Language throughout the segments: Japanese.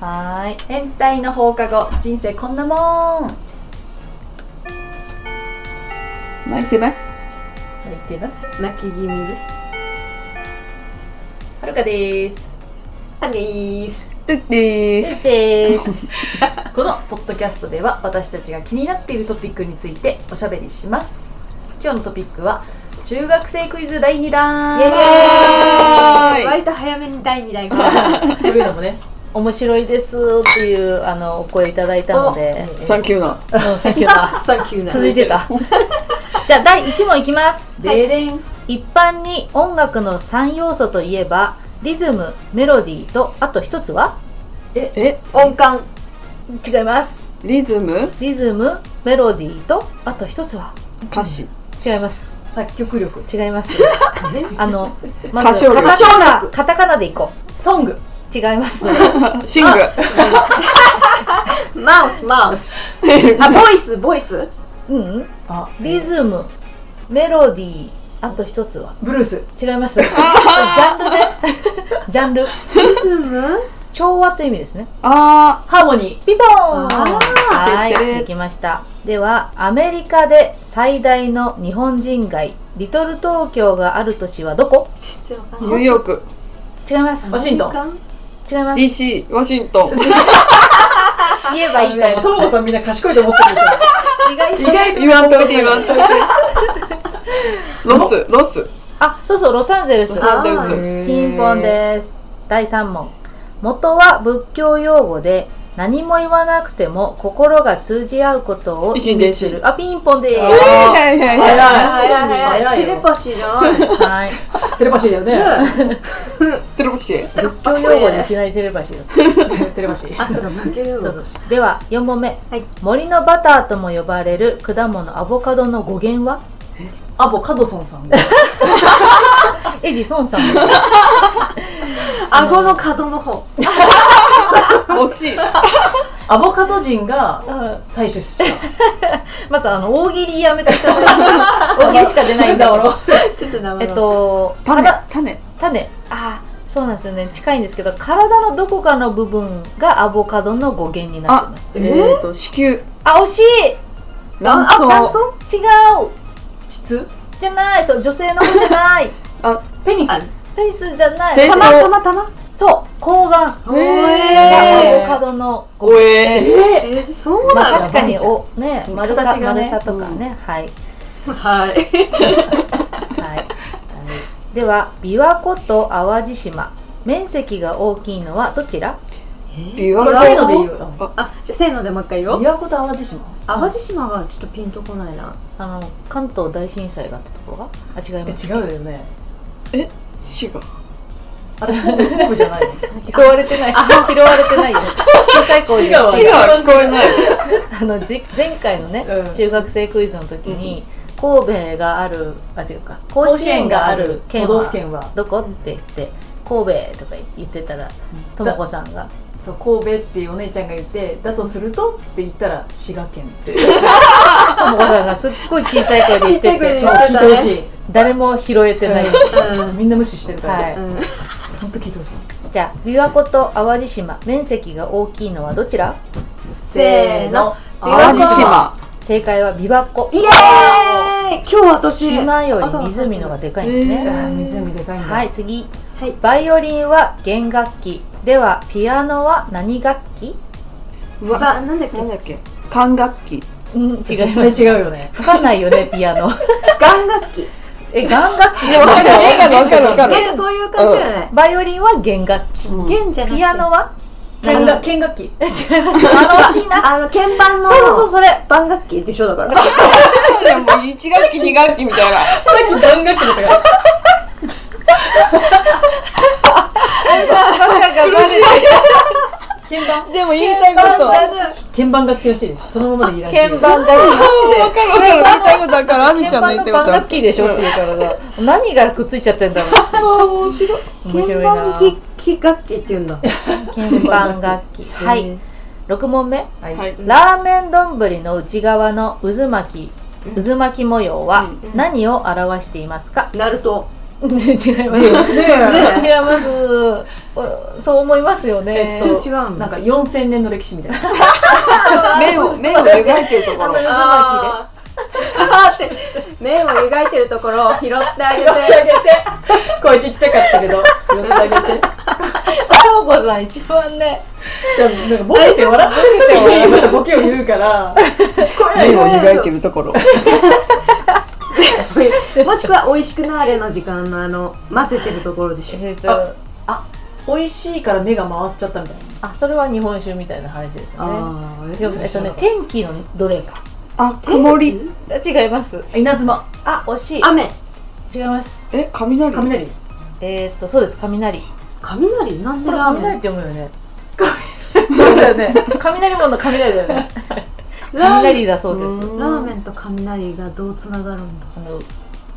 はい変態の放課後人生こんなもん泣巻いてますいてます泣き気味ですはるかですタミーすとですです このポッドキャストでは私たちが気になっているトピックについておしゃべりします今日のトピックは中学生クイズ第2弾イエーイはーい割と早めに第2弾 がというのもね面白いですっていうあのお声いただいたのでサンキューなうんさっき のサンキューな続いてたじゃあ第1問いきますでれん一般に音楽の3要素といえばリズムメロディーとあと一つはえ音感違いますリズムリズムメロディーとあと一つは歌詞違います作曲力違いますあのま歌唱力カタカナカタカナでいこソングう違いますシングマウスマウスあボイスボイスうんあリズムメロディーあと一つはブルース違いますジャンルでジ ャンルリズム調和という意味ですねあハーモニーピンポーンーてってはれい、できました。では、アメリカで最大の日本人街、リトル東京がある都市はどこ全然わかーんニュなーいヨーク違います。ワシントン音感違います。 DC ワシン トン言えばいいとね思ともこさんみんな賢いと思ってるんですよう。意外と。言わんといて言わんといてロスロスあ、そうそう、ロサンゼルスロ。サンゼルスピンポンです。第3問。元は仏教用語で、何も言わなくても心が通じ合うことを一心意伝味心する。あ、ピンポンではいはいはいは早いい早い早い早いテレよパシーじゃないす。はい。テレパシーだよねテロシエ仏教用語でいきなりテレパシーだった。テレパシーあそうだ負けるそうそうでは4問目、はい森のバターとも呼ばれる果物アボカドの語源はアボカドソンさんエジソンさん顎の角の方惜しい アボカド人が採取した まずあの大喜利やめた人 大喜利しか出ないんだ からちょっと名え前っと種から種種あそうなんですよね近いんですけど体のどこかの部分がアボカドの語源になってますえーと子宮あ惜しい卵巣卵巣違う膣じゃないそう女性の方じゃない ペニスフェイスじゃないせいたまたまたまそう睾丸えーがアボカドの語おええーそうまなあの確かにおね丸か形がね丸さとかね、はいはいはいでは琵琶湖と淡路島面積が大きいのはどちら琵琶これ湖せーので言うああじゃあせーのでもう一回言おう琵琶湖と淡路島淡路島がちょっとピンとこないなあの関東大震災があったところがあ違いえます違うよね滋賀あれ北部じゃないの拾われてない拾われてないよ 小さい子滋賀は滋賀は聞こえないあのぜ前回のね、うん中学生クイズの時に、神戸があるあ違うか甲甲子子園園ががああるる県都は道府県はどこって言って神戸とか言ってたらともこさんがそう神戸っていうお姉ちゃんが言ってだとするとって言ったら滋賀県 ってともこさんがすっごい小さい声で言っちっちゃてい声てでそう言っ聞ていたてねほしい誰も拾えてない、うんみんな無視してるかはらい、本当聞いてほしいじゃあ琵琶湖と淡路島面積が大きいのはどちらせーの淡路島正解は琵琶湖イエーイ今日私島より湖の方がでかいんですね、あー湖でかいんだはい次、はいバイオリンは弦楽器ではピアノは何楽器うわあなんだっけなんだっけ管楽 器うん違い絶対違うよね吹かないよねピアノ弦楽器え弦楽器わかるわかるわかる弦そういう感じじゃないバイオリンは弦楽器うん弦じゃなくてピアノは見学見学 期え違います楽しいなあの鍵盤のそうそうそうそれ盤楽器でしょだ からそれもう1学期2学期みたいな見学期とか鍵盤でも言いたいことは鍵盤楽器らしいですそのままでいいらしいです鍵盤楽器そう分かる分かる言いたいことだからあみ鍵ちゃんの盤言いたいこのパンと楽器でしょっていうからさ何がくっついちゃってん だろもう面白いう面鍵白い盤な楽器楽器って言うんだ鍵盤楽器はい6問目ははいラーメン丼の内側の渦巻き渦巻き模様は何を表していますかナルト 違います。違いまねすお。そう思いますよえっ。ねと違うんなだんか4000年の歴史みたいな麺を麺を描いてるところあ ーって麺を描いてるところを拾ってあげてこれちっちゃかったけど読んであげてさおこさん一番ね。じゃあなんかボケて 笑ってる時にまたボケを言うから麺を描いてるところ もしくは美味しくなれの時間のあの混ぜてるところでしょえっと、美味しいから目が回っちゃったみたいなあ、それは日本酒みたいな話ですよね。あ違うえっとね、天気のどれか。あ曇り違います。稲妻あ、惜しい。雨違います。え雷雷えっと、そうです。雷。雷なんでこれラーメ雷ンって読むよね。そうだよね。雷門の雷だよ ね。雷だそうです。うんラーメンと雷がどうつながるんだあの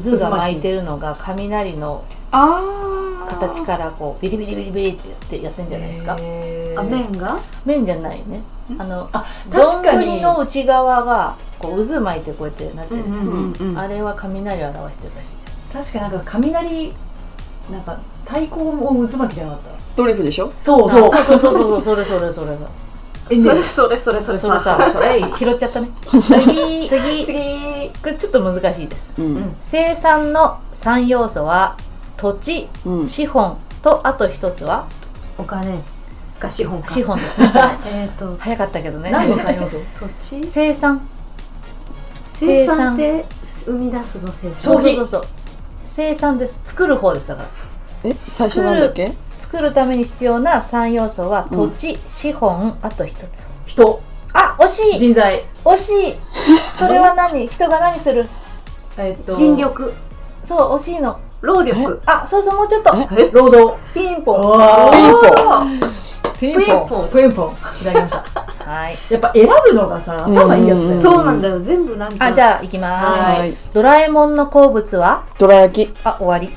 渦が巻いてるのが雷のああ形からこうビリビリビリビリってやってやってんじゃないですか。あ麺が面じゃないね。あのあ確か丼にの内側がこう渦巻いてこうやってなってるじゃん。んうんあれは雷を表してるらしいで確す。かになんか雷なんか太鼓も渦巻きじゃなかったドリフでしょそうそうそうそうそうそうそれそれそれそえねそれそれそれそれれそそれれさそれ拾っちゃったね。次次次これちょっと難しいです。うん生産の三要素は土地、うん資本とあと一つはお金が資本か資本ですね。それえっと早かったけど ね。何の三要素土地生産生産って生み出すの生産消費そうそうそう生産です作る方ですだからえ最初なんだっけ作るために必要な3要素は土地、資本あと一つ人あ惜しい人材惜しいそれは何人が何するえっと人力そう惜しいの労力あそうそうもうちょっとえ労働ピンポンわピンポピピンンポンポンプンポンいただきましたはいやっぱ選ぶのがさ頭いいやつだようんそうなんだよ全部なんかあじゃあ行きますはーいドラえもんの好物はどら焼きあ終 わり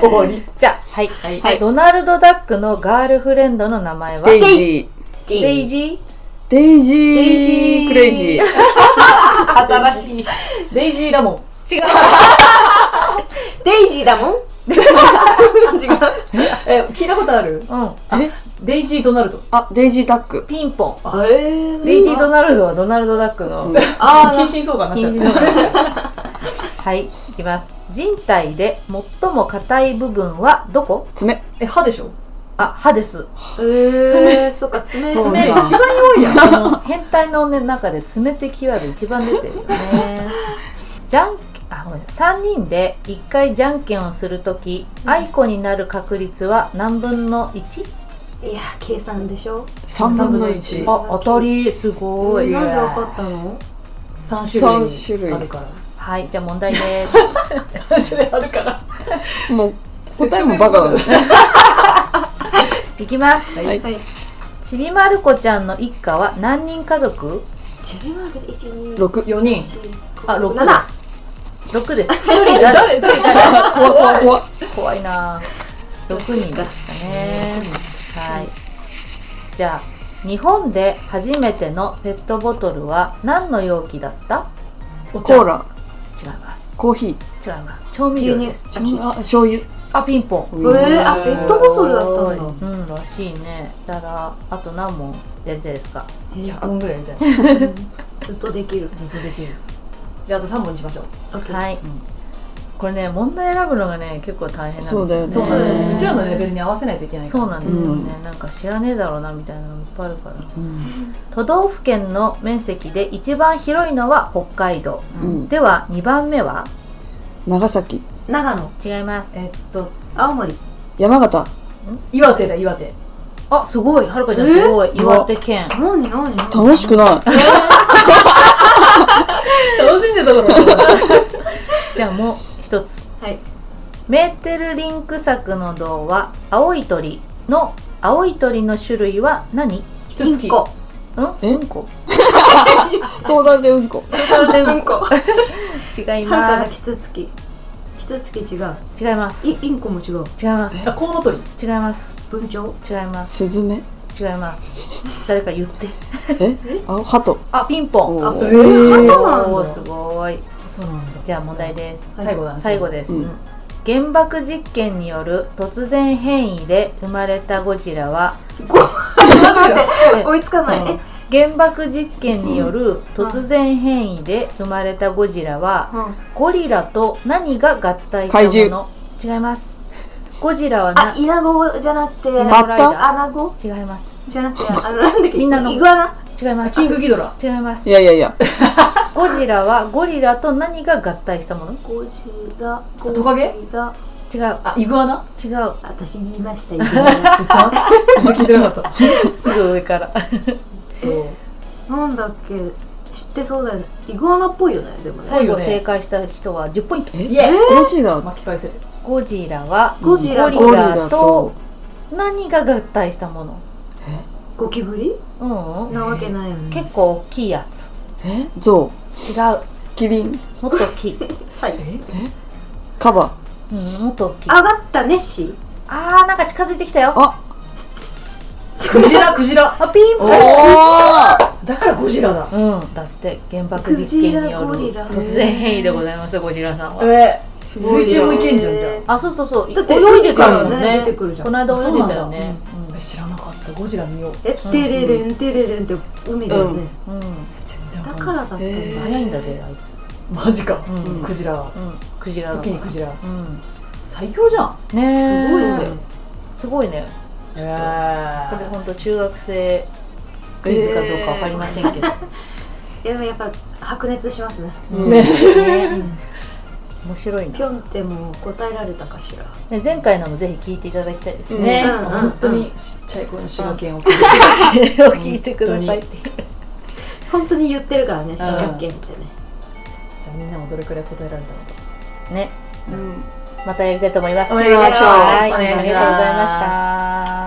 終わりじゃあはい、はいはいドナルド・ダックのガールフレンドの名前はデイジーデイジーデイジーイジークレイジー新しいデイジーラモンデイジーだもん違うえ聞いたことあるうんデイジードナルドあデイジーダックピンポンあえデイジー・ドナルドはドナルド・ダックのあー近親相関になっ禁止ちのはい、いきます。人体で最も硬い部分はどこ爪ゃうえ歯でしょあ、歯です。えーそっか爪そう爪じゃん一番弱いやんあの変態の、ね、中で爪ってキーワード一番出てるよね。じゃんあごめんなさい3人で1回じゃんけんをするとき、あいこになる確率は何分の 1? いや計算でしょ三分の一あ当たりすごい。なんでわかったの三種類三種類あるからはいじゃあ問題です。三種類あるからもう答えもバカなんですねいきます。はいはいちびまる子ちゃんの一家は何人家族？ちびまる子一二六四人四あ六で七す。六です。一人誰？怖っ怖っ怖っ怖いなぁ。六人ですかね。はい。じゃあ日本で初めてのペットボトルは何の容器だった？ココーラ違います。コーヒー違います。調味料です。あ醤油あピンポン。えー、あペットボトルだったんだうんらしいね。だからあと何問やりたいですか？ 100問ぐらいみたいなずっとできるずつできるじゃああと3問にしましょうはい。これね問題選ぶのがね結構大変なんですそうだよねそうそうへーうちらのレベルに合わせないといけないからそうなんですよね、うなんか知らねえだろうなみたいなのいっぱいあるから、都道府県の面積で一番広いのは北海道、うんでは2番目は長崎長野違いますえっと青森山形岩手だ岩手あすごいはるかちゃんすごい岩手県何何楽し くない楽しんでたからじゃあもう一つはいメーテルリンク作の銅は青い鳥の青い鳥の種類は何ん一月インコえうんこトータルでうんこ うんこ違いはるかまがキツツキキツツキ違うす違います違イインコも違ういますあコウノトリ違います文 鳥違いますスズメ違い ます誰か言ってえあハトあピンポンおーえハートなんおーだすごいそうなんだじゃあ問題です最後だね最後です、うん原爆実験による突然変異で生まれたゴジラはちょっと待ってえ追いつかない、うん原爆実験による突然変異で生まれたゴジラはゴリラと何が合体怪したも獣の違いますゴジラはあなイナゴじゃなくてイナゴライダーアナゴ違いますじゃなくてあのなんだっけみんなのイグアナ違いまキすングギドラ違いますいやいやいやゴジラはゴリラと何が合体したものゴジラゴトカゲジラ違うあイグアナ違う私に言いましたイグアナ聞いてなかったすぐ上から なんだっけ知ってそうだよねイグアナっぽいよねでもね最後正解した人は10ポイントイエーゴジラ巻き返せるゴジラはゴジラゴゴリリララとと何が合体したものゴキブリうん、なわけないよね結構大きいやつえゾ違うウキリンもっと大きい、最後カバうん、もっと大きい上がったネッシーあーなんか近づいてきたよあクジラクジラあピンおポおンだからゴジラだうん、だって原爆実験によクるジラゴリ突ラ然変異でございますゴジラさんはえすごい水中もいけんじゃんじゃへあそうそうそうだって泳いでたもん泳いでたねよね出てくるじゃんこの間泳いでたよねあ知らなかったゴジラ見ようえテレレンテレレンって海だよね、うん、うん全然だわかんないらだったんだ、へー早いんだぜあいつマジかうんクジラはうんクジラだ時にクジラうん最強じゃんねえすごいんだよすごいねこれえ本当中学生クイズかどうかわかりませんけど、いやでもやっぱ白熱しますねーねね面白いねぴょんってもう答えられたかしらね前回のもぜひ聞いていただきたいですねね、うんうんうん本当にちっちゃい頃の滋賀県をそれを聞いてくださいっていう本当に言ってるからね四角形ってねじゃあみんなもどれくらい答えられたのかねうんまたやりたいと思いますお願いしますはいお願いしますありがとうございました